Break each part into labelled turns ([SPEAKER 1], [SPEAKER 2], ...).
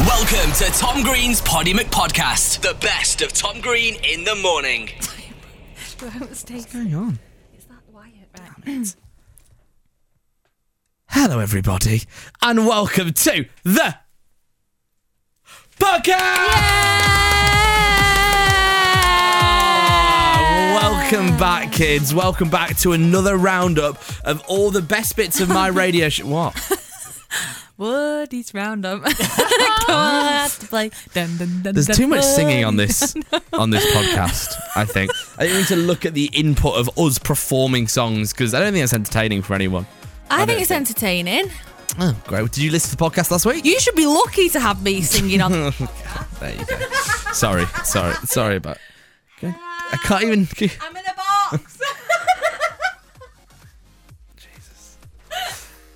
[SPEAKER 1] Welcome to Tom Green's Poddy McPodcast, the best of Tom Green in the morning.
[SPEAKER 2] Mistakes.
[SPEAKER 3] Hang on.
[SPEAKER 2] It's that Wyatt, right?
[SPEAKER 3] Hello, everybody, and welcome to the podcast. Welcome back, kids. Welcome back to another roundup of all the best bits of my radio show. What?
[SPEAKER 2] Woody's Roundup. Come on, I have to play. Dun, dun, dun,
[SPEAKER 3] There's
[SPEAKER 2] dun,
[SPEAKER 3] too much singing on
[SPEAKER 2] dun.
[SPEAKER 3] this on this podcast. I think I need to look at the input of us performing songs because I don't think that's entertaining for anyone.
[SPEAKER 2] I
[SPEAKER 3] don't
[SPEAKER 2] think it's entertaining.
[SPEAKER 3] Oh, great! Did you listen to the podcast last week?
[SPEAKER 2] You should be lucky to have me singing on.
[SPEAKER 3] There you go. sorry, sorry, sorry about. I can't even.
[SPEAKER 2] I'm in a box.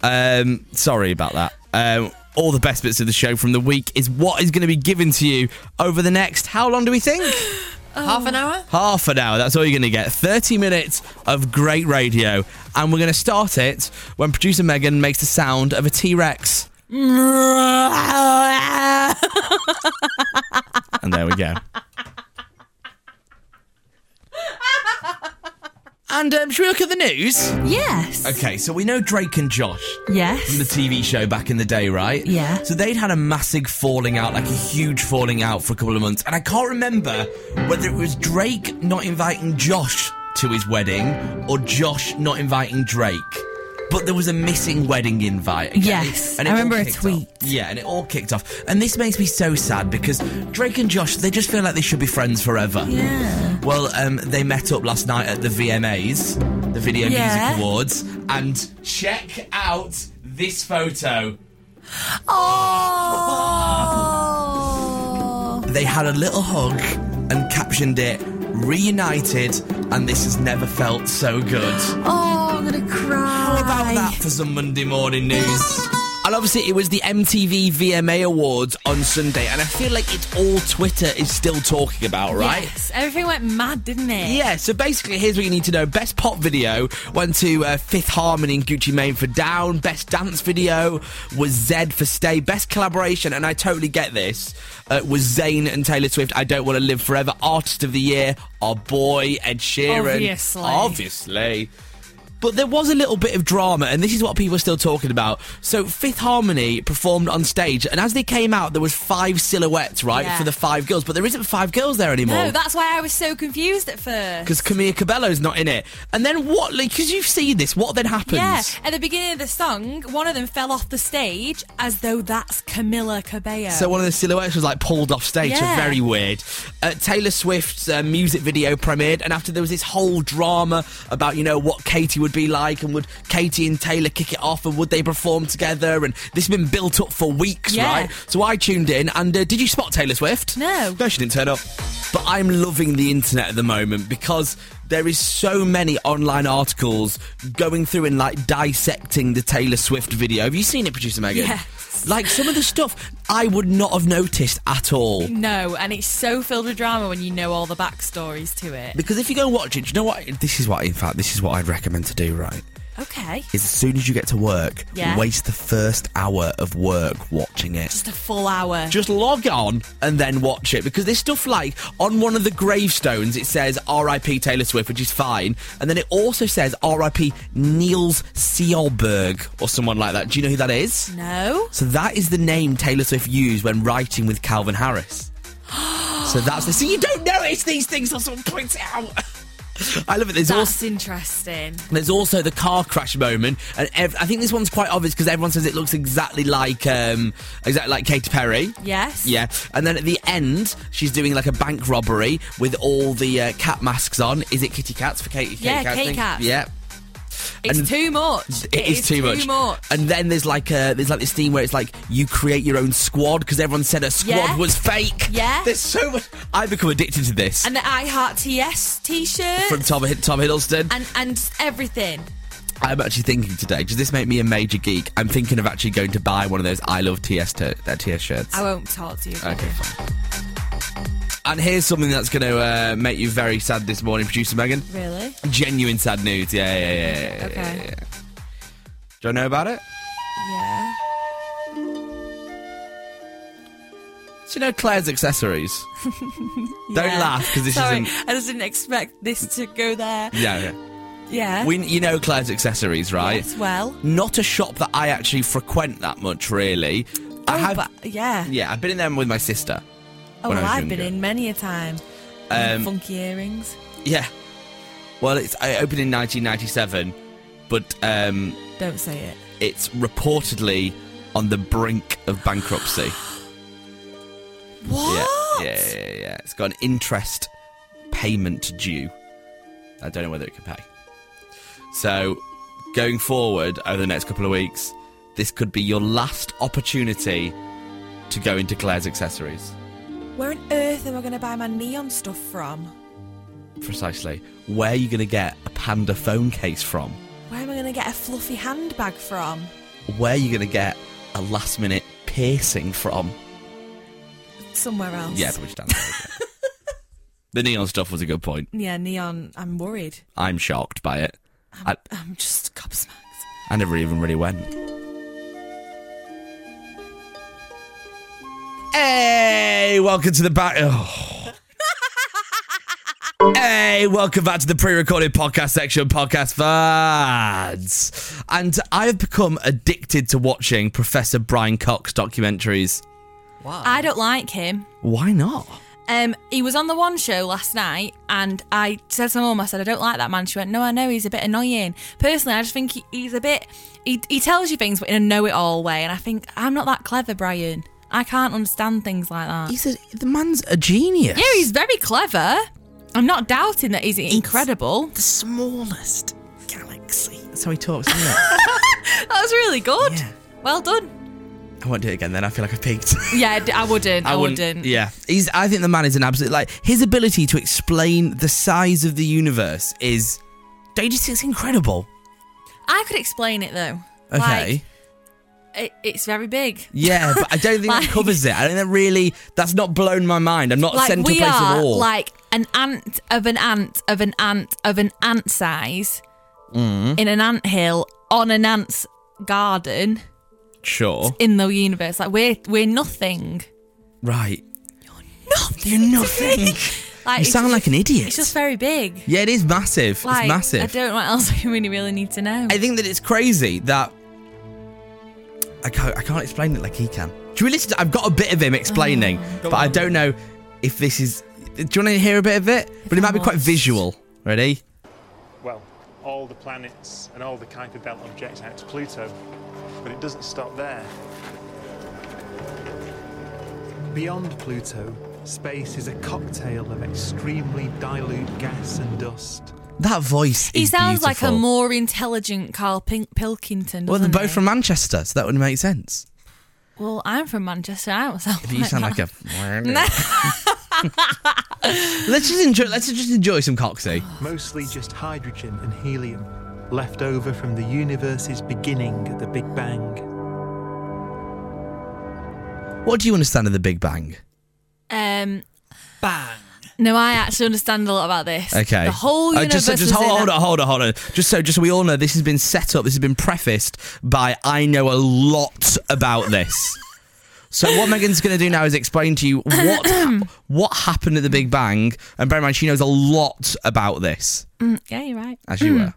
[SPEAKER 3] Um, sorry about that. Um, all the best bits of the show from the week is what is going to be given to you over the next. How long do we think?
[SPEAKER 4] Half an hour?
[SPEAKER 3] Half an hour. That's all you're going to get. 30 minutes of great radio, and we're going to start it when producer Megan makes the sound of a T Rex. And there we go. And um, should we look at the news?
[SPEAKER 2] yes.
[SPEAKER 3] Okay, so we know Drake and Josh. from the
[SPEAKER 2] Yes.
[SPEAKER 3] TV show back in the day, right?
[SPEAKER 2] Yeah.
[SPEAKER 3] So they'd had a massive falling out, like a huge falling out for a couple of months. And I can't remember whether it was Drake not inviting Josh to his wedding or Josh not inviting Drake. But there was a missing wedding invite. okay?
[SPEAKER 2] Yes, I
[SPEAKER 3] all
[SPEAKER 2] remember a
[SPEAKER 3] kicked off.
[SPEAKER 2] tweet.
[SPEAKER 3] Yeah, and it all kicked off. And this makes me so sad because Drake and Josh, they just feel like they should be friends forever.
[SPEAKER 2] Yeah.
[SPEAKER 3] Well, um, they met up last night at the VMAs, the Video
[SPEAKER 2] Yeah.
[SPEAKER 3] Music Awards, and check out this photo.
[SPEAKER 2] Oh.
[SPEAKER 3] They had a little hug and captioned it reunited, and this has never felt so good.
[SPEAKER 2] Oh, I'm gonna cry.
[SPEAKER 3] How about that for some Monday morning news? And obviously, it was the MTV VMA Awards on Sunday, and I feel like it's all Twitter is still talking about, right?
[SPEAKER 2] Yes. Everything went mad, didn't it?
[SPEAKER 3] Yeah, so basically, here's what you need to know. Best pop video went to uh, Fifth Harmony and Gucci Mane for Down. Best dance video was Zed for Stay. Best collaboration, and I totally get this, uh, was Zayn and Taylor Swift. I Don't Want to Live Forever. Artist of the Year, our boy Ed Sheeran.
[SPEAKER 2] Obviously.
[SPEAKER 3] Obviously. But there was a little bit of drama, and this is what people are still talking about. So Fifth Harmony performed on stage, and as they came out, there was five silhouettes, right,
[SPEAKER 2] Yeah.
[SPEAKER 3] for the five girls. But there isn't five girls there anymore
[SPEAKER 2] No, that's why I was so confused at first.
[SPEAKER 3] because Camilla Cabello's not in it. And then what? Like, because you've seen this, what then happens?
[SPEAKER 2] Yeah, at the beginning of the song, one of them fell off the stage as though that's Camilla Cabello.
[SPEAKER 3] So one of the silhouettes was like pulled off stage.
[SPEAKER 2] Yeah.
[SPEAKER 3] So very weird. Uh, Taylor Swift's uh, music video premiered, and after there was this whole drama about you know what Katie would be like, and would Katie and Taylor kick it off, and would they perform together? And this has been built up for weeks,
[SPEAKER 2] Yeah.
[SPEAKER 3] right? So I tuned in, and uh, did you spot Taylor Swift?
[SPEAKER 2] No.
[SPEAKER 3] No, she didn't turn up. But I'm loving the internet at the moment because there is so many online articles going through and like dissecting the Taylor Swift video. Have you seen it, producer Megan?
[SPEAKER 2] Yes.
[SPEAKER 3] Like some of the stuff I would not have noticed at all.
[SPEAKER 2] no, and it's so filled with drama when you know all the backstories to it.
[SPEAKER 3] Because if you go and watch it, do you know what? This is what, in fact, this is what I'd recommend to do, right?
[SPEAKER 2] Okay.
[SPEAKER 3] Is as soon as you get to work,
[SPEAKER 2] Yeah.
[SPEAKER 3] waste the first hour of work watching it.
[SPEAKER 2] Just a full hour.
[SPEAKER 3] just log on and then watch it because there's stuff like on one of the gravestones it says R.I.P. Taylor Swift, which is fine, and then it also says R.I.P. Niels Sjolberg or someone like that. Do you know who that is?
[SPEAKER 2] no.
[SPEAKER 3] So that is the name Taylor Swift used when writing with Calvin Harris. so that's the. So you don't notice these things. That's what points it out. I love it. There's also
[SPEAKER 2] That's interesting.
[SPEAKER 3] there's also the car crash moment, and ev- I think this one's quite obvious because everyone says it looks exactly like um, exactly like Katy Perry.
[SPEAKER 2] Yes.
[SPEAKER 3] Yeah, and then at the end, she's doing like a bank robbery with all the uh, cat masks on. Is it kitty cats for Katie?
[SPEAKER 2] Yeah,
[SPEAKER 3] Cat's
[SPEAKER 2] kitty
[SPEAKER 3] thing?
[SPEAKER 2] cats.
[SPEAKER 3] Yeah,
[SPEAKER 2] It's
[SPEAKER 3] and-
[SPEAKER 2] too much.
[SPEAKER 3] it is, too much. And then there's like a there's like this theme where it's like you create your own squad because everyone said a squad
[SPEAKER 2] Yeah.
[SPEAKER 3] was fake.
[SPEAKER 2] Yeah.
[SPEAKER 3] there's so much. I become addicted to this
[SPEAKER 2] And the I Heart TS t shirt.
[SPEAKER 3] from Tom Hid- Tom Hiddleston.
[SPEAKER 2] and, and everything.
[SPEAKER 3] I'm actually thinking today. Does this make me a major geek? I'm thinking of actually going to buy one of those I love TS t- that TS shirts.
[SPEAKER 2] I won't talk to you. about
[SPEAKER 3] Okay,
[SPEAKER 2] it.
[SPEAKER 3] fine. And here's something that's going to uh, make you very sad this morning, producer Megan.
[SPEAKER 2] Really?
[SPEAKER 3] Genuine sad news. Yeah, yeah, yeah. yeah,
[SPEAKER 2] Okay.
[SPEAKER 3] yeah, yeah. Do I know about it?
[SPEAKER 2] Yeah.
[SPEAKER 3] Do you know Claire's accessories? Don't
[SPEAKER 2] Yeah.
[SPEAKER 3] laugh because this
[SPEAKER 2] Sorry,
[SPEAKER 3] isn't.
[SPEAKER 2] I just didn't expect this to go there.
[SPEAKER 3] Yeah, yeah.
[SPEAKER 2] Yeah.
[SPEAKER 3] We, you know Claire's accessories, right?
[SPEAKER 2] Yes, well.
[SPEAKER 3] Not a shop that I actually frequent that much, really. I
[SPEAKER 2] Oh,
[SPEAKER 3] have.
[SPEAKER 2] but- yeah.
[SPEAKER 3] Yeah, I've been in them with my sister.
[SPEAKER 2] oh,
[SPEAKER 3] when
[SPEAKER 2] well,
[SPEAKER 3] I was
[SPEAKER 2] I've been
[SPEAKER 3] younger. Um,
[SPEAKER 2] in many a time. Funky earrings.
[SPEAKER 3] Yeah. Well, it's I opened in 1997, but um,
[SPEAKER 2] Don't say it.
[SPEAKER 3] it's reportedly on the brink of bankruptcy. Yeah,
[SPEAKER 2] What?
[SPEAKER 3] yeah, yeah, yeah, yeah. It's got an interest payment due. I don't know whether it can pay. So, going forward over the next couple of weeks, this could be your last opportunity to go into Claire's accessories.
[SPEAKER 2] Where on earth am I going to buy my neon stuff from?
[SPEAKER 3] Precisely. Where are you going to get a panda phone case from?
[SPEAKER 2] Where am I going to get a fluffy handbag from?
[SPEAKER 3] Where are you going to get a last minute piercing from?
[SPEAKER 2] Somewhere else.
[SPEAKER 3] Yeah, probably stand there. the neon stuff was a good point.
[SPEAKER 2] Yeah, neon. I'm worried.
[SPEAKER 3] I'm shocked by it. I,
[SPEAKER 2] I'm just gobsmacked.
[SPEAKER 3] I never even really went. Hey, welcome to the back. Oh. hey, welcome back to the pre-recorded podcast section, of podcast fads. And I have become addicted to watching Professor Brian Cox documentaries.
[SPEAKER 2] I don't like him.
[SPEAKER 3] Why not?
[SPEAKER 2] Um, he was on the one show last night, and I said to my mum, I said, I don't like that man. She went, No, I know, he's a bit annoying. Personally, I just think he, he's a bit, he, he tells you things, but in a know it all way. And I think, I'm not that clever, Brian. I can't understand things like that.
[SPEAKER 3] He's a, the man's a genius.
[SPEAKER 2] yeah, he's very clever. I'm not doubting that he's incredible.
[SPEAKER 5] the smallest galaxy.
[SPEAKER 3] That's how he talks. Isn't it?
[SPEAKER 2] That was really good.
[SPEAKER 5] Yeah.
[SPEAKER 2] Well done.
[SPEAKER 3] I won't do it again. Then I feel like I peaked.
[SPEAKER 2] Yeah, I d- I wouldn't. I, wouldn't.
[SPEAKER 3] Yeah, he's. I think the man is an absolute like his ability to explain the size of the universe is. Don't you just think it's incredible?
[SPEAKER 2] I could explain it though.
[SPEAKER 3] Okay.
[SPEAKER 2] Like, it, it's very big.
[SPEAKER 3] yeah, but I don't think
[SPEAKER 2] Like-
[SPEAKER 3] that covers it. I don't think that really. That's not blown my mind. I'm not
[SPEAKER 2] like
[SPEAKER 3] sent to a
[SPEAKER 2] we
[SPEAKER 3] place
[SPEAKER 2] are
[SPEAKER 3] of awe.
[SPEAKER 2] like an ant of an ant of an ant of an ant size
[SPEAKER 3] Mm.
[SPEAKER 2] in an ant hill on an ant's garden
[SPEAKER 3] sure.
[SPEAKER 2] in the universe. Like we're we're nothing.
[SPEAKER 3] Right. You're nothing.
[SPEAKER 2] Like
[SPEAKER 3] you
[SPEAKER 2] it's
[SPEAKER 3] sound
[SPEAKER 2] ju-
[SPEAKER 3] like an idiot.
[SPEAKER 2] It's just very big.
[SPEAKER 3] yeah, it is massive.
[SPEAKER 2] Like
[SPEAKER 3] it's massive.
[SPEAKER 2] I don't know what else we really really need to know.
[SPEAKER 3] I think that it's crazy that I can't, I can't explain it like he can. Do we listen? To, I've got a bit of him explaining,
[SPEAKER 2] Oh.
[SPEAKER 3] but I don't know if this is. Do you want to hear a bit of it? But it might be quite
[SPEAKER 2] Almost.
[SPEAKER 3] visual. Ready?
[SPEAKER 6] well, all the planets and all the Kuiper Belt objects out to Pluto. But it doesn't stop there.
[SPEAKER 7] Beyond Pluto, space is a cocktail of extremely dilute gas and dust.
[SPEAKER 3] That voice.
[SPEAKER 2] he
[SPEAKER 3] is
[SPEAKER 2] sounds like a
[SPEAKER 3] beautiful.
[SPEAKER 2] more intelligent Carl Pil- Pilkington.
[SPEAKER 3] Well, they're
[SPEAKER 2] doesn't
[SPEAKER 3] both
[SPEAKER 2] he?
[SPEAKER 3] from Manchester, so that would make sense.
[SPEAKER 2] Well, I'm from Manchester. I don't sound.
[SPEAKER 3] But you
[SPEAKER 2] like
[SPEAKER 3] sound
[SPEAKER 2] that.
[SPEAKER 3] like a. let's just enjoy. Let's just enjoy some Coxie.
[SPEAKER 7] Mostly just hydrogen and helium, left over from the universe's beginning at the Big Bang.
[SPEAKER 3] What do you understand of the Big Bang?
[SPEAKER 2] Um, bang. No, I actually understand a lot about this.
[SPEAKER 3] Okay.
[SPEAKER 2] The whole
[SPEAKER 3] Uh,
[SPEAKER 2] universe.
[SPEAKER 3] just, so- just
[SPEAKER 2] was in
[SPEAKER 3] hold, hold
[SPEAKER 2] a-
[SPEAKER 3] on, hold on, hold on. Just so, just so we all know, this has been set up. This has been prefaced by I know a lot about this. so what Megan's going to do now is explain to you what what happened at the Big Bang, and bear in mind she knows a lot about this,
[SPEAKER 2] Yeah, you're right.
[SPEAKER 3] as you were.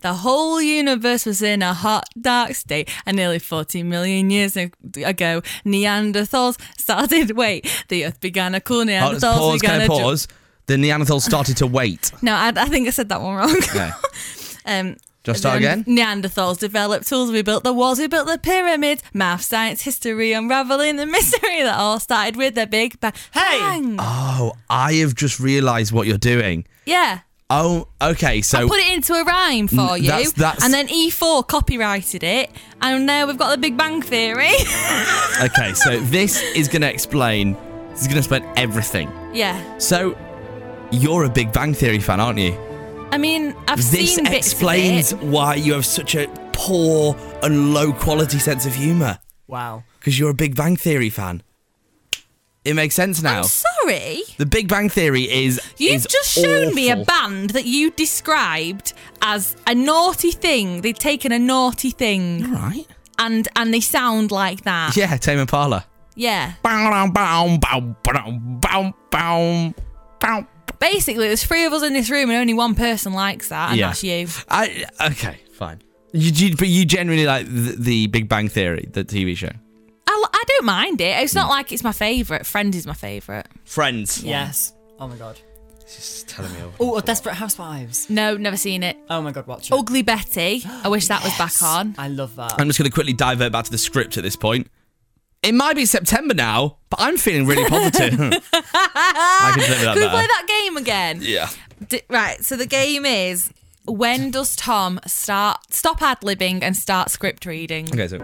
[SPEAKER 2] The whole universe was in a hot, dark state, and nearly 40 million years ag- ago, Neanderthals started. Wait, the Earth began a cool
[SPEAKER 3] Oh,
[SPEAKER 2] Neanderthals.
[SPEAKER 3] let's pause. Can
[SPEAKER 2] began
[SPEAKER 3] I
[SPEAKER 2] a dr-
[SPEAKER 3] pause? The Neanderthals started to wait.
[SPEAKER 2] No, I, I think I said that one wrong.
[SPEAKER 3] Okay.
[SPEAKER 2] Um,
[SPEAKER 3] Just start
[SPEAKER 2] the
[SPEAKER 3] again.
[SPEAKER 2] Neanderthals developed tools. We built the walls. We built the pyramids. Math, science, history, unraveling the mystery that all started with the Big Bang. Hey.
[SPEAKER 3] Oh, I have just realised what you're doing.
[SPEAKER 2] Yeah.
[SPEAKER 3] Oh, okay. So
[SPEAKER 2] put it into a rhyme for
[SPEAKER 3] Mm,
[SPEAKER 2] you.
[SPEAKER 3] that's- that's-
[SPEAKER 2] And then E4 copyrighted it. And now we've got the Big Bang Theory.
[SPEAKER 3] okay, so this is going to explain. This is going to explain everything.
[SPEAKER 2] yeah.
[SPEAKER 3] So, you're a Big Bang Theory fan, aren't you?
[SPEAKER 2] I mean, I've
[SPEAKER 3] This
[SPEAKER 2] seen bits
[SPEAKER 3] explains
[SPEAKER 2] of it.
[SPEAKER 3] why you have such a poor and low quality sense of humour.
[SPEAKER 5] Wow.
[SPEAKER 3] Because you're a Big Bang Theory fan. It makes sense now.
[SPEAKER 2] I'm sorry.
[SPEAKER 3] the Big Bang Theory is.
[SPEAKER 2] You've
[SPEAKER 3] is
[SPEAKER 2] just shown me a
[SPEAKER 3] awful.
[SPEAKER 2] band that you described as a naughty thing. They've taken a naughty thing
[SPEAKER 3] Right.
[SPEAKER 2] and and they sound like that.
[SPEAKER 3] Yeah, Tame Impala.
[SPEAKER 2] Yeah.
[SPEAKER 8] Bow, bow, bow, bow, bow, bow, bow.
[SPEAKER 2] Basically, there's three of us in this room and only one person likes that, and
[SPEAKER 8] Yeah.
[SPEAKER 2] that's you.
[SPEAKER 8] I okay, fine. You, you but you genuinely like the, the Big Bang Theory, the TV show.
[SPEAKER 2] I, li- I don't mind it. It's not like it's my favourite. Friends is my favourite.
[SPEAKER 8] Friends.
[SPEAKER 2] Yes.
[SPEAKER 9] Oh my god.
[SPEAKER 8] Just telling me. Over.
[SPEAKER 9] Oh, Desperate Housewives.
[SPEAKER 2] No, never seen it.
[SPEAKER 9] Oh my god, watch it.
[SPEAKER 2] Ugly Betty. I wish that was back on.
[SPEAKER 9] I love that.
[SPEAKER 8] I'm just going to quickly divert back to the script at this point. It might be September now, but I'm feeling really positive. I can deliver that
[SPEAKER 2] Can we
[SPEAKER 8] better.
[SPEAKER 2] play that game again?
[SPEAKER 8] Yeah.
[SPEAKER 2] D- right. So the game is when does Tom start stop ad libbing and start script reading?
[SPEAKER 8] Okay, so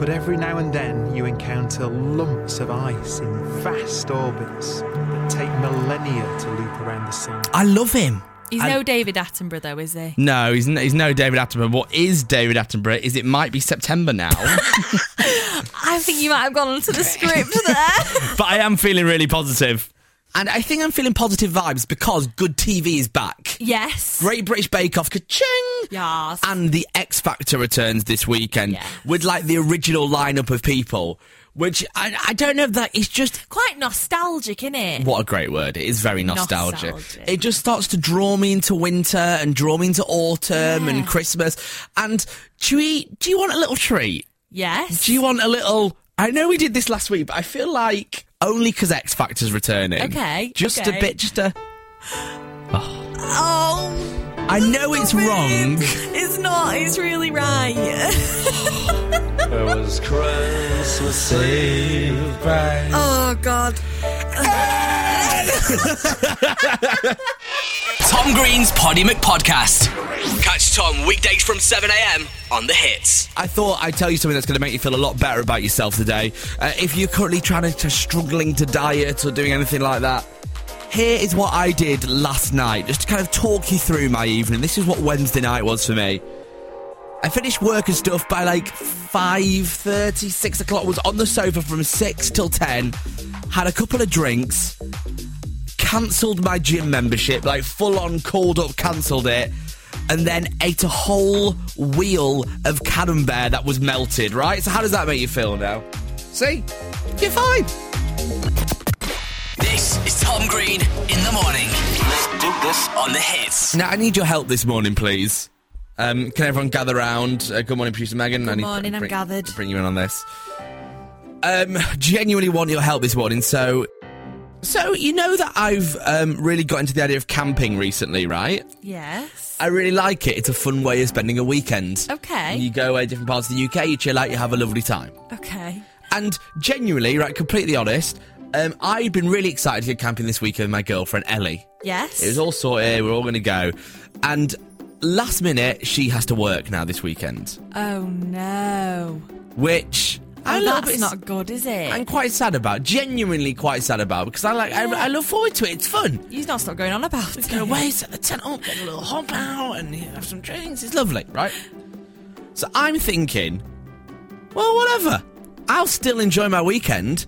[SPEAKER 7] But every now and then you encounter lumps of ice in vast orbits that take millennia to loop around the sun.
[SPEAKER 8] I love him.
[SPEAKER 2] He's no David Attenborough though, is he?
[SPEAKER 8] No, he's no, he's no David Attenborough. What is David Attenborough is it might be September now,
[SPEAKER 2] I think you might have gone onto the script there.
[SPEAKER 8] but I am feeling really positive.
[SPEAKER 3] And I think I'm feeling positive vibes because good TV is back.
[SPEAKER 2] yes.
[SPEAKER 3] Great British Bake Off, ka-ching!
[SPEAKER 2] Yes.
[SPEAKER 3] And the X Factor returns this weekend
[SPEAKER 2] Yes.
[SPEAKER 3] with like the original lineup of people, which I, I don't know if that is just
[SPEAKER 2] Quite nostalgic, isn't it?
[SPEAKER 3] what a great word. It is very nostalgic.
[SPEAKER 2] Nostalgic.
[SPEAKER 3] It just starts to draw me into winter and draw me into autumn
[SPEAKER 2] Yeah.
[SPEAKER 3] and Christmas. And do you, eat, do you want a little treat?
[SPEAKER 2] Yes.
[SPEAKER 3] Do you want a little? I know we did this last week, but I feel like only because X Factor's returning.
[SPEAKER 2] Okay,
[SPEAKER 3] Just
[SPEAKER 2] okay.
[SPEAKER 3] a bit, just a.
[SPEAKER 2] Oh,
[SPEAKER 3] I know it's wrong.
[SPEAKER 2] It's not. It's really right. oh God.
[SPEAKER 10] Tom Green's Poddy McPodcast. Catch Tom weekdays from 7am on the hits.
[SPEAKER 3] I thought I'd tell you something that's going to make you feel a lot better about yourself today. Uh, if you're currently trying to, to struggling to diet or doing anything like that, here is what I did last night, just to kind of talk you through my evening. This is what Wednesday night was for me. I finished work and stuff by like 5.30, 6 o'clock, was on the sofa from 6 till 10, had a couple of drinks, cancelled my gym membership, like full on called up, cancelled it, and then ate a whole wheel of camembert that was melted, right? So how does that make you feel now? See? You're fine.
[SPEAKER 10] This is Tom Green in the morning. Let's do this on the hits.
[SPEAKER 3] Now, I need your help this morning, please. Um, can everyone gather round? Uh, good morning, producer Megan. Good I need
[SPEAKER 2] morning,
[SPEAKER 3] to
[SPEAKER 2] I'm
[SPEAKER 3] bring,
[SPEAKER 2] gathered.
[SPEAKER 3] to Bring you in on this. Um, genuinely want your help this morning. So, so you know that I've um, really got into the idea of camping recently, right?
[SPEAKER 2] Yes.
[SPEAKER 3] I really like it. It's a fun way of spending a weekend.
[SPEAKER 2] Okay.
[SPEAKER 3] You go away to different parts of the UK, you chill out, you have a lovely time.
[SPEAKER 2] Okay.
[SPEAKER 3] And genuinely, right, completely honest, um, I'd been really excited to go camping this weekend with my girlfriend Ellie.
[SPEAKER 2] Yes.
[SPEAKER 3] It was all sorted, we're all going to go. And last minute, she has to work now this weekend,
[SPEAKER 2] oh no.
[SPEAKER 3] which
[SPEAKER 2] Oh,
[SPEAKER 3] I'm, a little
[SPEAKER 2] that's
[SPEAKER 3] bit-
[SPEAKER 2] not good, is it?
[SPEAKER 3] I'm quite sad about, genuinely quite sad about, because I like, I, I look forward to it, it's fun.
[SPEAKER 2] You've not stopped going on about it.
[SPEAKER 3] go away, set the tent up, get a little hop out, and you know, have some drinks. It's lovely, right? So I'm thinking, well, whatever. I'll still enjoy my weekend.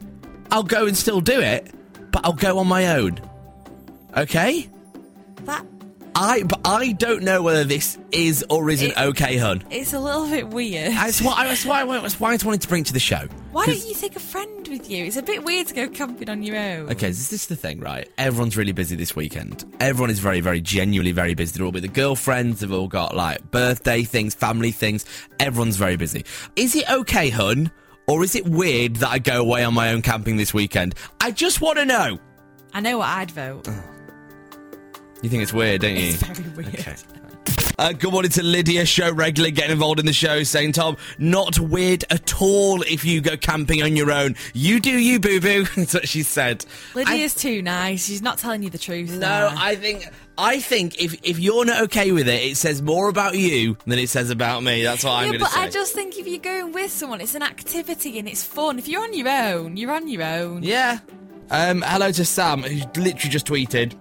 [SPEAKER 3] I'll go and still do it, but I'll go on my own. Okay?
[SPEAKER 2] That
[SPEAKER 3] I but I don't know whether this is or isn't
[SPEAKER 2] It-
[SPEAKER 3] okay, hun.
[SPEAKER 2] it's a little bit weird.
[SPEAKER 3] That's what I, that's why I, that's why I wanted to bring to the show.
[SPEAKER 2] Why
[SPEAKER 3] 'Cause-
[SPEAKER 2] don't you take a friend with you? It's a bit weird to go camping on your own.
[SPEAKER 3] Okay, so this is the thing, right? Everyone's really busy this weekend. Everyone is very, very genuinely very busy. They're all with the girlfriends. They've all got like birthday things, family things. Everyone's very busy. Is it okay, hun? Or is it weird that I go away on my own camping this weekend? I just want to know.
[SPEAKER 2] I know what I'd vote.
[SPEAKER 3] Uh, You think it's weird, don't you?
[SPEAKER 2] It's very weird.
[SPEAKER 3] Uh, good morning to Lydia, show regular, getting involved in the show, saying, Tom, not weird at all if you go camping on your own. You do you, boo boo. That's what she said. I-
[SPEAKER 2] Lydia's too nice. She's not telling you the truth.
[SPEAKER 3] No,
[SPEAKER 2] there.
[SPEAKER 3] I think I think if if you're not okay with it, it says more about you than it says about me. That's what I'm going
[SPEAKER 2] yeah,
[SPEAKER 3] to
[SPEAKER 2] but
[SPEAKER 3] say.
[SPEAKER 2] I just think if you're going with someone, it's an activity and it's fun. If you're on your own, you're on your own.
[SPEAKER 3] Yeah. Um, hello to Sam, who literally just tweeted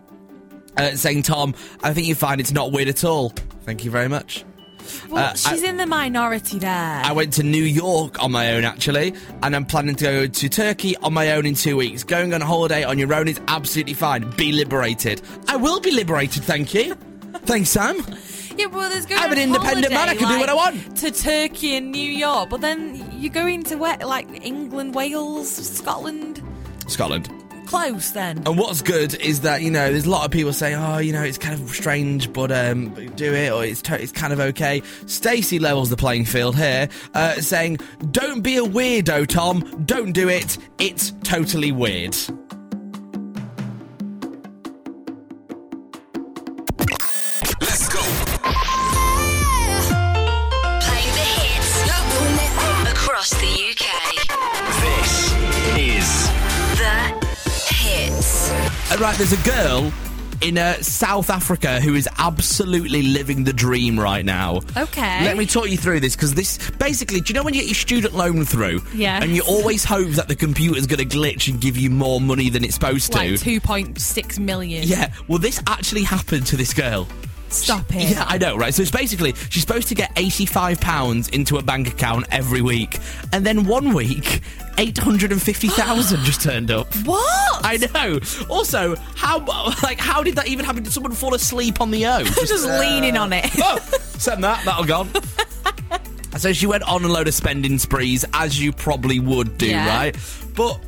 [SPEAKER 3] uh, saying, "Tom, I think you find it's not weird at all." Thank you very much.
[SPEAKER 2] Well,
[SPEAKER 3] Uh,
[SPEAKER 2] she's in the minority there.
[SPEAKER 3] I went to New York on my own actually, and I'm planning to go to Turkey on my own in two weeks. Going on a holiday on your own is absolutely fine. Be liberated. I will be liberated. Thank you. Thanks, Sam.
[SPEAKER 2] yeah, well, there's going
[SPEAKER 3] I'm
[SPEAKER 2] on
[SPEAKER 3] an independent man, I
[SPEAKER 2] holiday,
[SPEAKER 3] can do what I
[SPEAKER 2] like,
[SPEAKER 3] want.
[SPEAKER 2] To Turkey and New York, but then you're going to where? Like England, Wales, Scotland?
[SPEAKER 3] Scotland.
[SPEAKER 2] Close then.
[SPEAKER 3] And what's good is that you know there's a lot of people saying, oh, you know, it's kind of strange, but um, do it, or it's to- it's kind of okay. Stacey levels the playing field here, uh, saying, don't be a weirdo, Tom. Don't do it. It's totally weird. Uh,
[SPEAKER 11] Let's go. Playing the hits across the UK.
[SPEAKER 1] This is
[SPEAKER 11] The hits.
[SPEAKER 3] Uh, right, there's a girl in uh, South Africa who is absolutely living the dream right now.
[SPEAKER 2] Okay.
[SPEAKER 3] Let me talk you through this because this basically, do you know when you get your student loan through?
[SPEAKER 2] Yes.
[SPEAKER 3] And you always hope that the computer's going to glitch and give you more money than it's supposed
[SPEAKER 2] like
[SPEAKER 3] to.
[SPEAKER 2] 2.6 million.
[SPEAKER 3] Yeah, well, this actually happened to this girl.
[SPEAKER 2] Stop it.
[SPEAKER 3] Yeah, I know, right? So it's basically she's supposed to get eighty-five pounds into a bank account every week, and then one week, eight hundred and fifty thousand just turned up.
[SPEAKER 2] What?
[SPEAKER 3] I know. Also, how like how did that even happen? Did someone fall asleep on the O?
[SPEAKER 2] I'm just leaning on it.
[SPEAKER 3] oh, send that. That'll gone. So she went on a load of spending sprees, as you probably would do,
[SPEAKER 2] Yeah.
[SPEAKER 3] right? But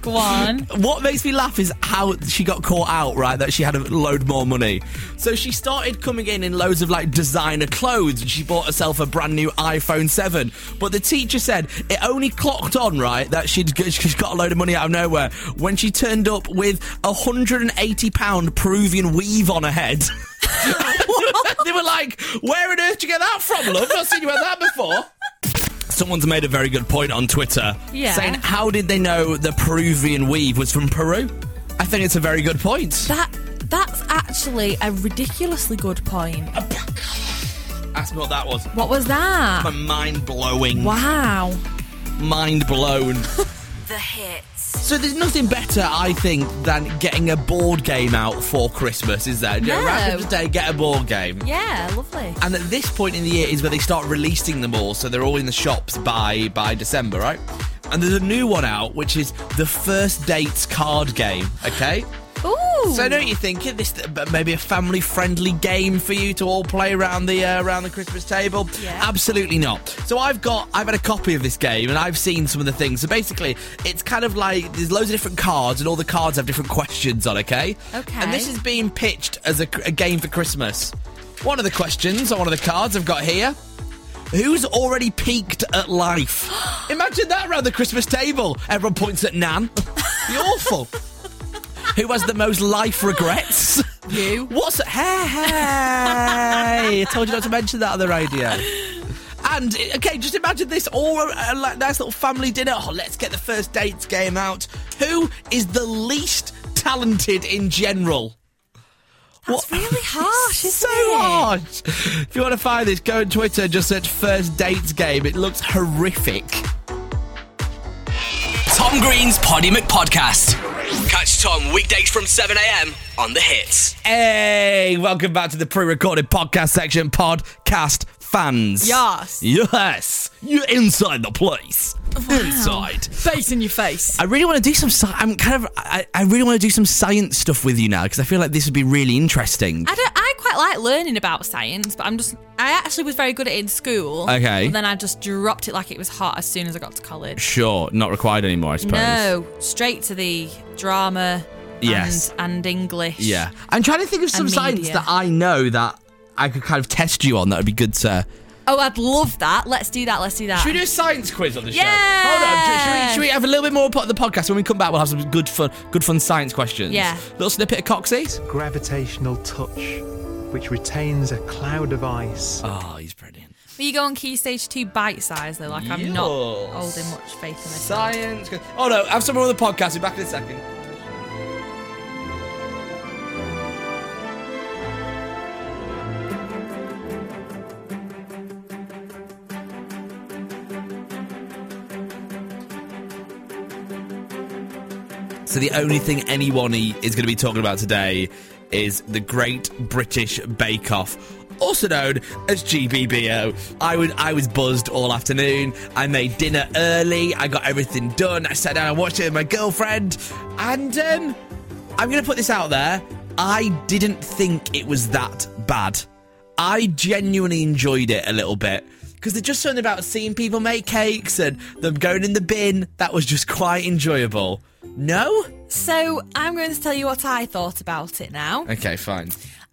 [SPEAKER 2] Go on.
[SPEAKER 3] what makes me laugh is how she got caught out, right? That she had a load more money. So she started coming in in loads of like designer clothes and she bought herself a brand new iPhone 7. But the teacher said it only clocked on, right? That she'd, g- she'd got a load of money out of nowhere when she turned up with a £180 Peruvian weave on her head. they were like, Where on earth did you get that from, love? I've not seen you wear that before. Someone's made a very good point on Twitter
[SPEAKER 2] Yeah.
[SPEAKER 3] saying, How did they know the Peruvian weave was from Peru? I think it's a very good point.
[SPEAKER 2] That that's actually a ridiculously good point.
[SPEAKER 3] That's what that was.
[SPEAKER 2] What was that?
[SPEAKER 3] Mind blowing.
[SPEAKER 2] Wow.
[SPEAKER 3] Mind blown.
[SPEAKER 11] The hits.
[SPEAKER 3] so there's nothing better, I think, than getting a board game out for Christmas, is there?
[SPEAKER 2] No.
[SPEAKER 3] Random day, get a board game.
[SPEAKER 2] Yeah, lovely.
[SPEAKER 3] And at this point in the year is where they start releasing them all, so they're all in the shops by by December, right? And there's a new one out, which is the first dates card game. Okay.
[SPEAKER 2] Ooh.
[SPEAKER 3] So don't you think it- this but maybe a family friendly game for you to all play around the uh, around the Christmas table?
[SPEAKER 2] Yeah.
[SPEAKER 3] Absolutely not. So I've got I've had a copy of this game and I've seen some of the things. So basically, it's kind of like there's loads of different cards and all the cards have different questions on. Okay.
[SPEAKER 2] Okay.
[SPEAKER 3] And this is being pitched as a, a game for Christmas. One of the questions on one of the cards I've got here. Who's already peaked at life? Imagine that around the Christmas table. Everyone points at Nan. Be awful. Who has the most life regrets?
[SPEAKER 2] You.
[SPEAKER 3] What's hey hey? I told you not to mention that on the radio. And okay, just imagine this all a like, nice little family dinner. Oh, let's get the first dates game out. Who is the least talented in general?
[SPEAKER 2] That's really harsh, isn't
[SPEAKER 3] so
[SPEAKER 2] it?
[SPEAKER 3] harsh. If you want to find this, go on Twitter. Just search first dates game. It looks horrific.
[SPEAKER 1] Tom Green's Poddy McPodcast. Catch Tom weekdays from 7am on the hits.
[SPEAKER 3] Hey, welcome back to the pre-recorded podcast section, podcast fans.
[SPEAKER 2] Yes.
[SPEAKER 3] Yes. You're inside the place. Inside.
[SPEAKER 2] Face in your face.
[SPEAKER 3] I really want to do some sci- I'm kind of I, I really want to do some science stuff with you now because I feel like this would be really interesting.
[SPEAKER 2] I don't. I quite like learning about science, but I'm just. I actually was very good at it in school.
[SPEAKER 3] Okay.
[SPEAKER 2] But then I just dropped it like it was hot as soon as I got to college.
[SPEAKER 3] sure, not required anymore, I suppose.
[SPEAKER 2] No, straight to the drama.
[SPEAKER 3] Yes.
[SPEAKER 2] And, and English.
[SPEAKER 3] Yeah. I'm trying to think of some
[SPEAKER 2] And
[SPEAKER 3] science
[SPEAKER 2] media.
[SPEAKER 3] that I know that I could kind of test you on that would be good to
[SPEAKER 2] Oh, I'd love that. Let's do that. Let's do that.
[SPEAKER 3] Should we do a science quiz on the show?
[SPEAKER 2] Yeah.
[SPEAKER 3] Hold on. Should- Should we, should we have a little bit more of the podcast? When we come back, we'll have some good fun, good fun science questions.
[SPEAKER 2] Yeah.
[SPEAKER 3] Little snippet of Coxie's.
[SPEAKER 7] Gravitational touch, which retains a cloud of ice.
[SPEAKER 3] Oh, he's brilliant.
[SPEAKER 2] Will you go on Key Stage 2 bite size, though? Like, I'm not
[SPEAKER 3] Yes.
[SPEAKER 2] holding much faith in this.
[SPEAKER 3] Science. quiz. Oh no, have someone on the podcast. We're back in a second. So the only thing anyone e- is going to be talking about today is the Great British Bake Off. Also known as GBBO, I was I was buzzed all afternoon. I made dinner early. I got everything done. I sat down. I watched it with my girlfriend, and um, I'm going to put this out there. I didn't think it was that bad. I genuinely enjoyed it a little bit. because there's just something about seeing people make cakes and them going in the bin that was just quite enjoyable. No?
[SPEAKER 2] So I'm going to tell you what I thought about it now.
[SPEAKER 3] Okay, fine.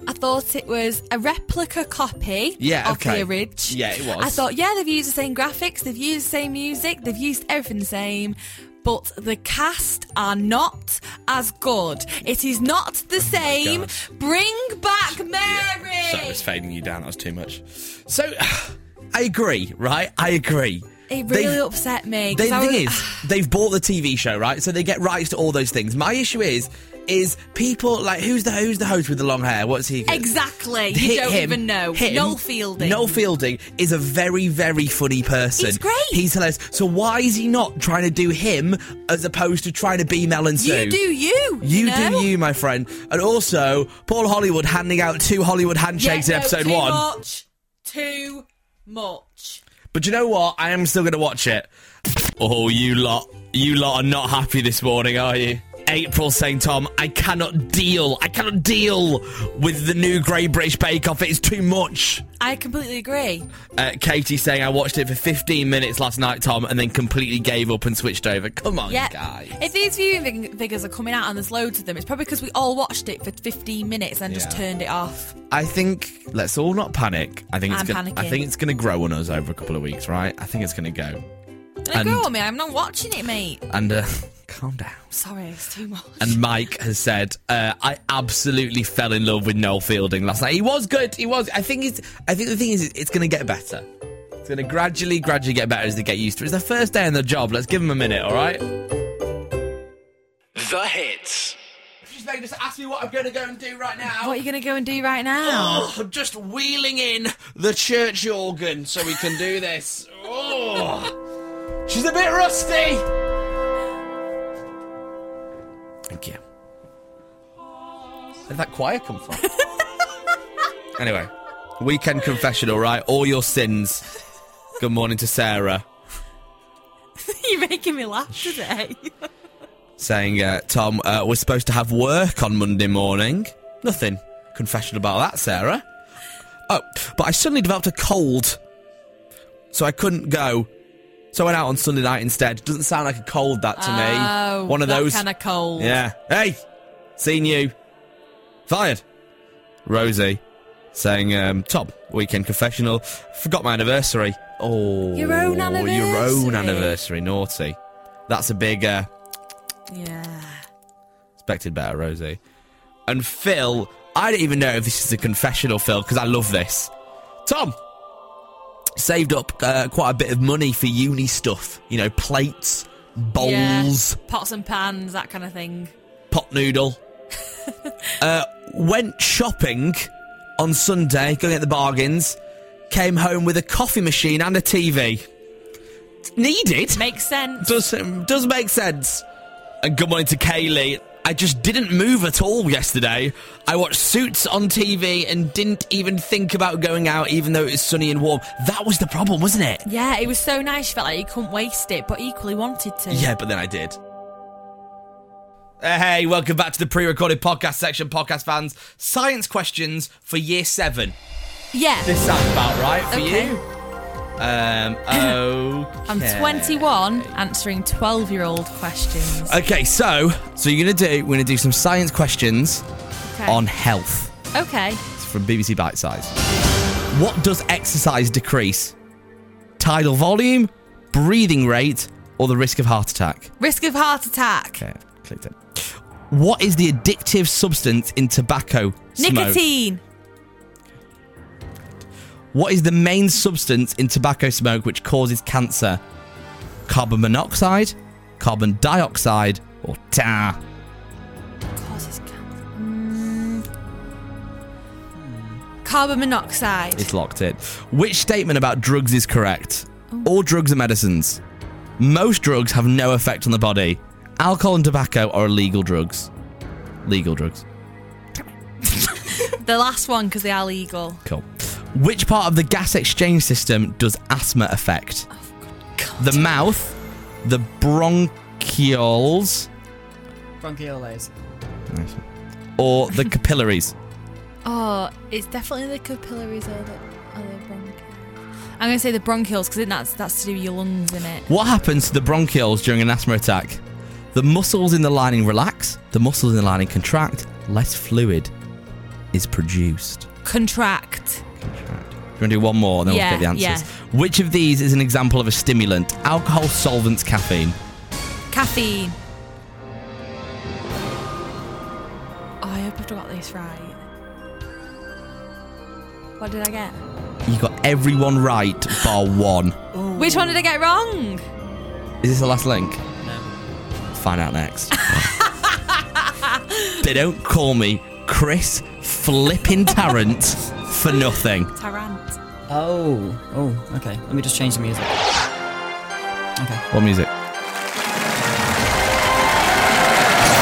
[SPEAKER 2] I thought it was a replica copy
[SPEAKER 3] Yeah,
[SPEAKER 2] of
[SPEAKER 3] okay.
[SPEAKER 2] the Ridge.
[SPEAKER 3] Yeah, it was.
[SPEAKER 2] I thought, yeah, they've used the same graphics, they've used the same music, they've used everything the same. But the cast are not as good. It is not the same.
[SPEAKER 3] Oh God.
[SPEAKER 2] Bring back Mary.
[SPEAKER 3] Sorry, I was fading you down. That was too much. So, I agree, right? I agree.
[SPEAKER 2] it
[SPEAKER 3] They-
[SPEAKER 2] really upset me.
[SPEAKER 3] They,
[SPEAKER 2] 'cause
[SPEAKER 3] the
[SPEAKER 2] I
[SPEAKER 3] thing
[SPEAKER 2] was- "Ah,
[SPEAKER 3] is, they've bought the TV show, right? So they get rights to all those things. My issue is, is people like who's the who's the host with the long hair? What's he?
[SPEAKER 2] exactly. You
[SPEAKER 3] Hit
[SPEAKER 2] don't
[SPEAKER 3] him,
[SPEAKER 2] even know.
[SPEAKER 3] hit him.
[SPEAKER 2] Noel Fielding.
[SPEAKER 3] Noel Fielding is a very, very funny person.
[SPEAKER 2] He's great.
[SPEAKER 3] He's hilarious. So why is he not trying to do him as opposed to trying to be Mel and Sue?
[SPEAKER 2] You do you.
[SPEAKER 3] You
[SPEAKER 2] know?
[SPEAKER 3] do you, my friend. And also, Paul Hollywood handing out two Hollywood handshakes
[SPEAKER 2] Yeah,
[SPEAKER 3] in
[SPEAKER 2] no,
[SPEAKER 3] episode
[SPEAKER 2] too
[SPEAKER 3] one.
[SPEAKER 2] Much, too much.
[SPEAKER 3] But you know what? I am still going to watch it. Oh, you lot. You lot are not happy this morning, are you? April St. Tom, I cannot deal. I cannot deal with the new Grey British Bake Off. It's too much.
[SPEAKER 2] I completely agree.
[SPEAKER 3] Uh, Katie saying, I watched it for 15 minutes last night, Tom, and then completely gave up and switched over. Come on,
[SPEAKER 2] Yeah.
[SPEAKER 3] guys.
[SPEAKER 2] If these viewing fig- figures are coming out and there's loads of them, it's probably because we all watched it for 15 minutes and just
[SPEAKER 3] Yeah.
[SPEAKER 2] turned it off.
[SPEAKER 3] I think let's all not panic. I think it's
[SPEAKER 2] I'm
[SPEAKER 3] gonna, I
[SPEAKER 2] panicking.
[SPEAKER 3] think it's going to grow on us over a couple of weeks, right? I think it's going to go.
[SPEAKER 2] Don't go on me, I'm not watching it, mate.
[SPEAKER 3] And uh, calm down.
[SPEAKER 2] Sorry, it's too much.
[SPEAKER 3] And Mike has said, uh, I absolutely fell in love with Noel Fielding last night. He was good. He was. I think it's. I think the thing is, it's going to get better. It's going to gradually, gradually get better as they get used to it. It's their first day on the job. Let's give them a minute, all right?
[SPEAKER 1] The hits.
[SPEAKER 3] Just made us ask me what I'm going to go and do right
[SPEAKER 2] what are
[SPEAKER 3] now.
[SPEAKER 2] you going to go and do right now?
[SPEAKER 3] Oh, I'm just wheeling in the church organ so we can do this. Oh, she's a bit rusty. Thank you. Where did that choir come from? anyway, weekend confessional, right? All your sins. Good morning to Sarah.
[SPEAKER 2] You're making me laugh today.
[SPEAKER 3] saying, uh, Tom, uh, we're supposed to have work on Monday morning. Nothing. Confession about that, Sarah. Oh, but I suddenly developed a cold, so I couldn't go. So I went out on Sunday night instead. Doesn't sound like a cold, that to
[SPEAKER 2] Oh,
[SPEAKER 3] me. One of
[SPEAKER 2] that
[SPEAKER 3] those.
[SPEAKER 2] kind of cold.
[SPEAKER 3] Yeah. Hey, seen you. Fired. Rosie saying, um, Tom, weekend confessional. Forgot my anniversary. Oh,
[SPEAKER 2] Your own
[SPEAKER 3] Your own
[SPEAKER 2] anniversary.
[SPEAKER 3] anniversary. Naughty. That's a big. Uh,
[SPEAKER 2] Yeah.
[SPEAKER 3] Expected better, Rosie. And Phil, I don't even know if this is a confessional, Phil, because I love this. Tom saved up uh, quite a bit of money for uni stuff. You know, plates, bowls,
[SPEAKER 2] Yeah. Pots and pans, that kind of thing.
[SPEAKER 3] pot noodle. uh, went shopping on Sunday, going at the bargains. Came home with a coffee machine and a TV. Needed
[SPEAKER 2] Makes sense.
[SPEAKER 3] does does make sense. And good morning to Kaylee. I just didn't move at all yesterday. I watched Suits on TV and didn't even think about going out, even though it was sunny and warm. That was the problem, wasn't it?
[SPEAKER 2] Yeah, it was so nice. You felt like you couldn't waste it, but equally wanted to.
[SPEAKER 3] Yeah, but then I did. Uh, Hey, welcome back to the pre-recorded podcast section, podcast fans. Science questions for year seven.
[SPEAKER 2] Yeah.
[SPEAKER 3] This sounds about right for
[SPEAKER 2] Okay.
[SPEAKER 3] you. Um. Oh.
[SPEAKER 2] I'm 21, answering 12 year old questions.
[SPEAKER 3] Okay, so so you're gonna do we're gonna do some science questions
[SPEAKER 2] Okay.
[SPEAKER 3] on health.
[SPEAKER 2] Okay.
[SPEAKER 3] from BBC Bite Size. What does exercise decrease? Tidal volume, breathing rate, or the risk of heart attack?
[SPEAKER 2] Risk of heart attack.
[SPEAKER 3] Okay, I've clicked it. What is the addictive substance in tobacco? smoke?
[SPEAKER 2] Nicotine.
[SPEAKER 3] What is the main substance in tobacco smoke which causes cancer? Carbon monoxide, carbon dioxide, or tar?
[SPEAKER 2] Causes cancer. Mm. Carbon monoxide.
[SPEAKER 3] It's locked in. Which statement about drugs is correct? All drugs are medicines. Most drugs have no effect on the body. Alcohol and tobacco are illegal drugs. Legal drugs.
[SPEAKER 2] the last one because they are legal.
[SPEAKER 3] Cool. Which part of the gas exchange system does asthma affect? The mouth, the bronchioles,
[SPEAKER 9] Bronchioles.
[SPEAKER 3] or the capillaries?
[SPEAKER 2] Oh, it's definitely the capillaries or the, or the bronchi. I'm going to say the bronchioles because that's that's to do with your lungs, isn't it?
[SPEAKER 3] What happens to the bronchioles during an asthma attack? The muscles in the lining relax, the muscles in the lining contract, less fluid is produced.
[SPEAKER 2] Contract.
[SPEAKER 3] Do you want to do one more and then
[SPEAKER 2] Yeah,
[SPEAKER 3] we'll get the answers?
[SPEAKER 2] yeah.
[SPEAKER 3] Which of these is an example of a stimulant? Alcohol, solvents, caffeine.
[SPEAKER 2] Caffeine. Oh, I hope I've got this right. What did I get?
[SPEAKER 3] You got everyone right bar one.
[SPEAKER 2] Which one did I get wrong?
[SPEAKER 3] Is this the last link? No. Find out next. they don't call me Chris Flippin' Tarrant for nothing.
[SPEAKER 2] Tarant.
[SPEAKER 9] Oh, oh, okay. Let me just change the music. Okay.
[SPEAKER 3] What music?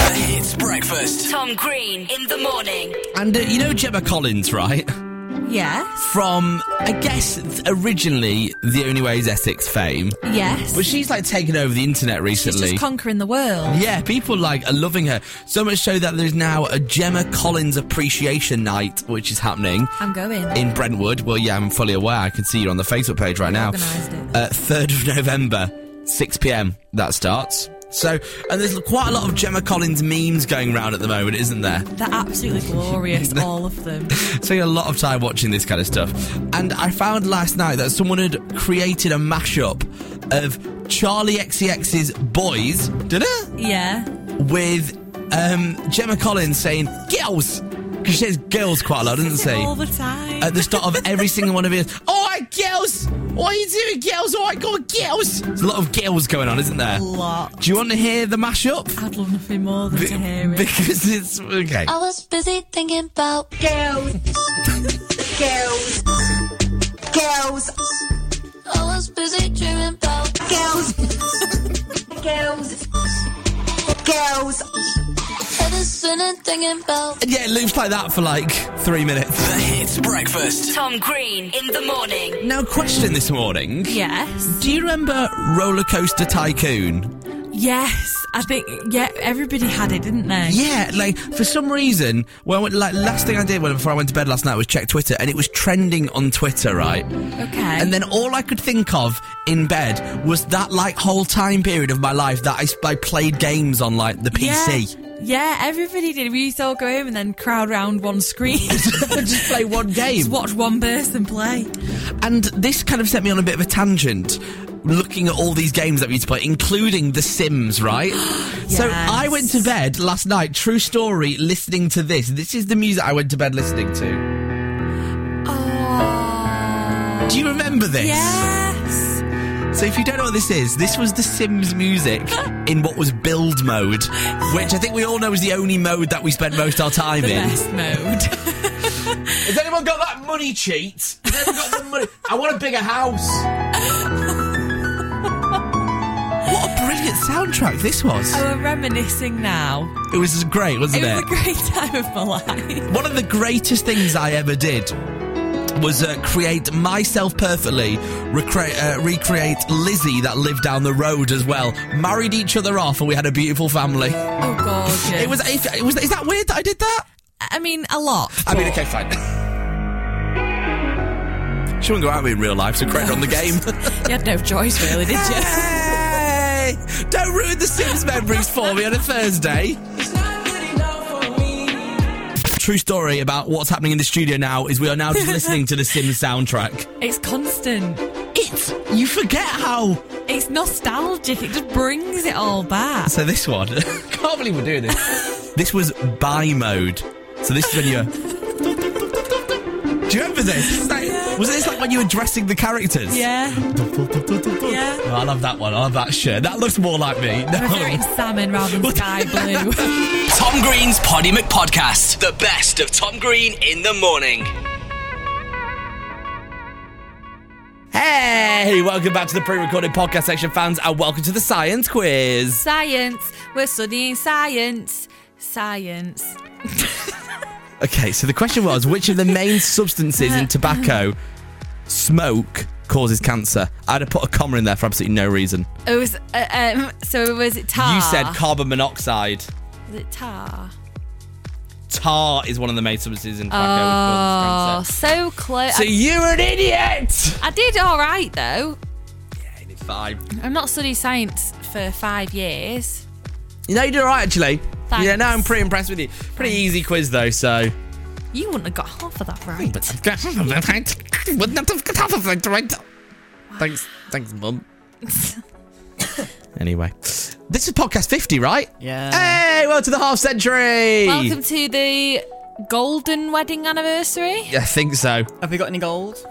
[SPEAKER 1] The Hits Breakfast.
[SPEAKER 11] Tom Green in the morning.
[SPEAKER 3] And uh, you know Gemma Collins, right?
[SPEAKER 2] Yes.
[SPEAKER 3] From, I guess, th- originally The Only Way is Essex fame.
[SPEAKER 2] Yes.
[SPEAKER 3] But she's like taken over the internet
[SPEAKER 2] She's
[SPEAKER 3] recently.
[SPEAKER 2] just conquering the world.
[SPEAKER 3] yeah, people like are loving her. So much so that there's now a Gemma Collins appreciation night, which is happening.
[SPEAKER 2] I'm going.
[SPEAKER 3] in Brentwood. Well, yeah, I'm fully aware. I can see you on the Facebook page right now.
[SPEAKER 2] organised it.
[SPEAKER 3] Uh, 3rd of November, 6 p.m. That starts. So, and there's quite a lot of Gemma Collins memes going around at the moment, isn't there?
[SPEAKER 2] They're absolutely glorious, all of them.
[SPEAKER 3] Spending a lot of time watching this kind of stuff. And I found last night that someone had created a mashup of Charlie XCX's Boys, did it?
[SPEAKER 2] Yeah.
[SPEAKER 3] With um, Gemma Collins saying girls. Because she says girls quite a lot, doesn't she?
[SPEAKER 2] All the time.
[SPEAKER 3] at the start of every single one of his. All right, girls. What are you doing, girls? All right, go on, girls. There's a lot of girls going on, isn't there?
[SPEAKER 2] lot.
[SPEAKER 3] Do you want to hear the mashup?
[SPEAKER 2] I'd love nothing more than to hear
[SPEAKER 3] Be-
[SPEAKER 2] it.
[SPEAKER 3] because it's okay.
[SPEAKER 12] I was busy thinking about girls, girls, girls. I was busy dreaming about girls, girls, girls. I was sitting thinking about
[SPEAKER 3] And yeah, it loops like that for like three minutes.
[SPEAKER 1] The Hits Breakfast.
[SPEAKER 11] Tom Green in the morning.
[SPEAKER 3] Now, question this morning.
[SPEAKER 2] Yes.
[SPEAKER 3] Do you remember Roller Coaster Tycoon?
[SPEAKER 2] Yes. I think, yeah, everybody had it, didn't they?
[SPEAKER 3] Yeah, like for some reason, when I went, like last thing I did when before I went to bed last night was check Twitter, and it was trending on Twitter, right?
[SPEAKER 2] Okay.
[SPEAKER 3] And then all I could think of in bed was that like whole time period of my life that I, I played games on like the PC.
[SPEAKER 2] Yeah. yeah, everybody did. We used to all go home and then crowd round one screen. just
[SPEAKER 3] Play one game.
[SPEAKER 2] Just watch one person play.
[SPEAKER 3] And this kind of set me on a bit of a tangent. Looking at all these games that we used to play, including The Sims, right? So
[SPEAKER 2] Yes.
[SPEAKER 3] I went to bed last night, true story, listening to this. This is the music I went to bed listening to.
[SPEAKER 2] Oh.
[SPEAKER 3] Do you remember this?
[SPEAKER 2] Yes.
[SPEAKER 3] So if you don't know what this is, this was The Sims music in what was build mode, which I think we all know is the only mode that we spent most our time
[SPEAKER 2] The
[SPEAKER 3] in.
[SPEAKER 2] best mode.
[SPEAKER 3] Has anyone got that money cheat? Has anyone got the money? I want a bigger house. what a brilliant soundtrack this was.
[SPEAKER 2] Oh, I'm reminiscing now.
[SPEAKER 3] It was great,
[SPEAKER 2] It
[SPEAKER 3] wasn't
[SPEAKER 2] was
[SPEAKER 3] it?
[SPEAKER 2] a great time of my life.
[SPEAKER 3] One of the greatest things I ever did was uh, create myself perfectly, recreate, uh, recreate Lizzie that lived down the road as well. Married each other off, and we had a beautiful family.
[SPEAKER 2] Oh, gorgeous.
[SPEAKER 3] It was. It, was. Is that weird that I did that?
[SPEAKER 2] I mean, a lot.
[SPEAKER 3] I mean, okay, fine. She wouldn't go out with me in real life, so credit on the game.
[SPEAKER 2] You had no choice, really, did you?
[SPEAKER 3] Hey! Don't ruin the Sims memories for me on a Thursday. True story about what's happening in the studio now is we are now just listening to the Sims soundtrack.
[SPEAKER 2] It's constant.
[SPEAKER 3] It's you forget how.
[SPEAKER 2] It's nostalgic. It just brings it all back.
[SPEAKER 3] So this one, can't believe we're doing this. This was buy mode. So this is when you're. Do you remember this? It's like- Was this like when you were dressing the characters?
[SPEAKER 2] Yeah. Yeah.
[SPEAKER 3] Oh, I love that one. I love that shirt. That looks more like me.
[SPEAKER 2] I prefer it in salmon rather than sky blue.
[SPEAKER 1] Tom Green's Poddy McPodcast. The best of Tom Green in the morning.
[SPEAKER 3] Hey, welcome back to the pre-recorded podcast section, fans, and welcome to the science quiz.
[SPEAKER 2] science. We're studying science. Science.
[SPEAKER 3] Okay, so the question was, which of the main substances in tobacco smoke causes cancer? I'd have put a comma in there for absolutely no reason.
[SPEAKER 2] It was, uh, um, so was it tar?
[SPEAKER 3] You said carbon monoxide.
[SPEAKER 2] Was it tar?
[SPEAKER 3] Tar is one of the main substances in tobacco
[SPEAKER 2] Oh,
[SPEAKER 3] which causes cancer.
[SPEAKER 2] so close.
[SPEAKER 3] So you're an idiot!
[SPEAKER 2] I did all right though.
[SPEAKER 3] Five.
[SPEAKER 2] I've not studied science for five years.
[SPEAKER 3] You know, you did all right, actually.
[SPEAKER 2] Thanks.
[SPEAKER 3] Yeah, no, I'm pretty impressed with you. Pretty easy quiz, though, so.
[SPEAKER 2] You wouldn't have got half of that right.
[SPEAKER 3] But would not have got half of it right. Thanks, thanks, mum. anyway, this is podcast 50, right?
[SPEAKER 9] Yeah.
[SPEAKER 3] Hey, welcome to the half century.
[SPEAKER 2] Welcome to the golden wedding anniversary.
[SPEAKER 3] I think so.
[SPEAKER 9] Have we got any gold?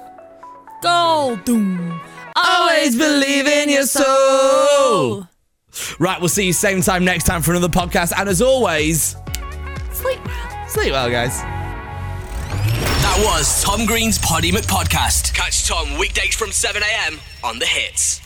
[SPEAKER 2] Golden.
[SPEAKER 3] Always believe in your soul. Right, we'll see you same time next time for another podcast. And as always,
[SPEAKER 2] Sleep well.
[SPEAKER 3] sleep well, guys.
[SPEAKER 1] That was Tom Green's Poddy McPodcast. Catch Tom weekdays from 7am on The Hits.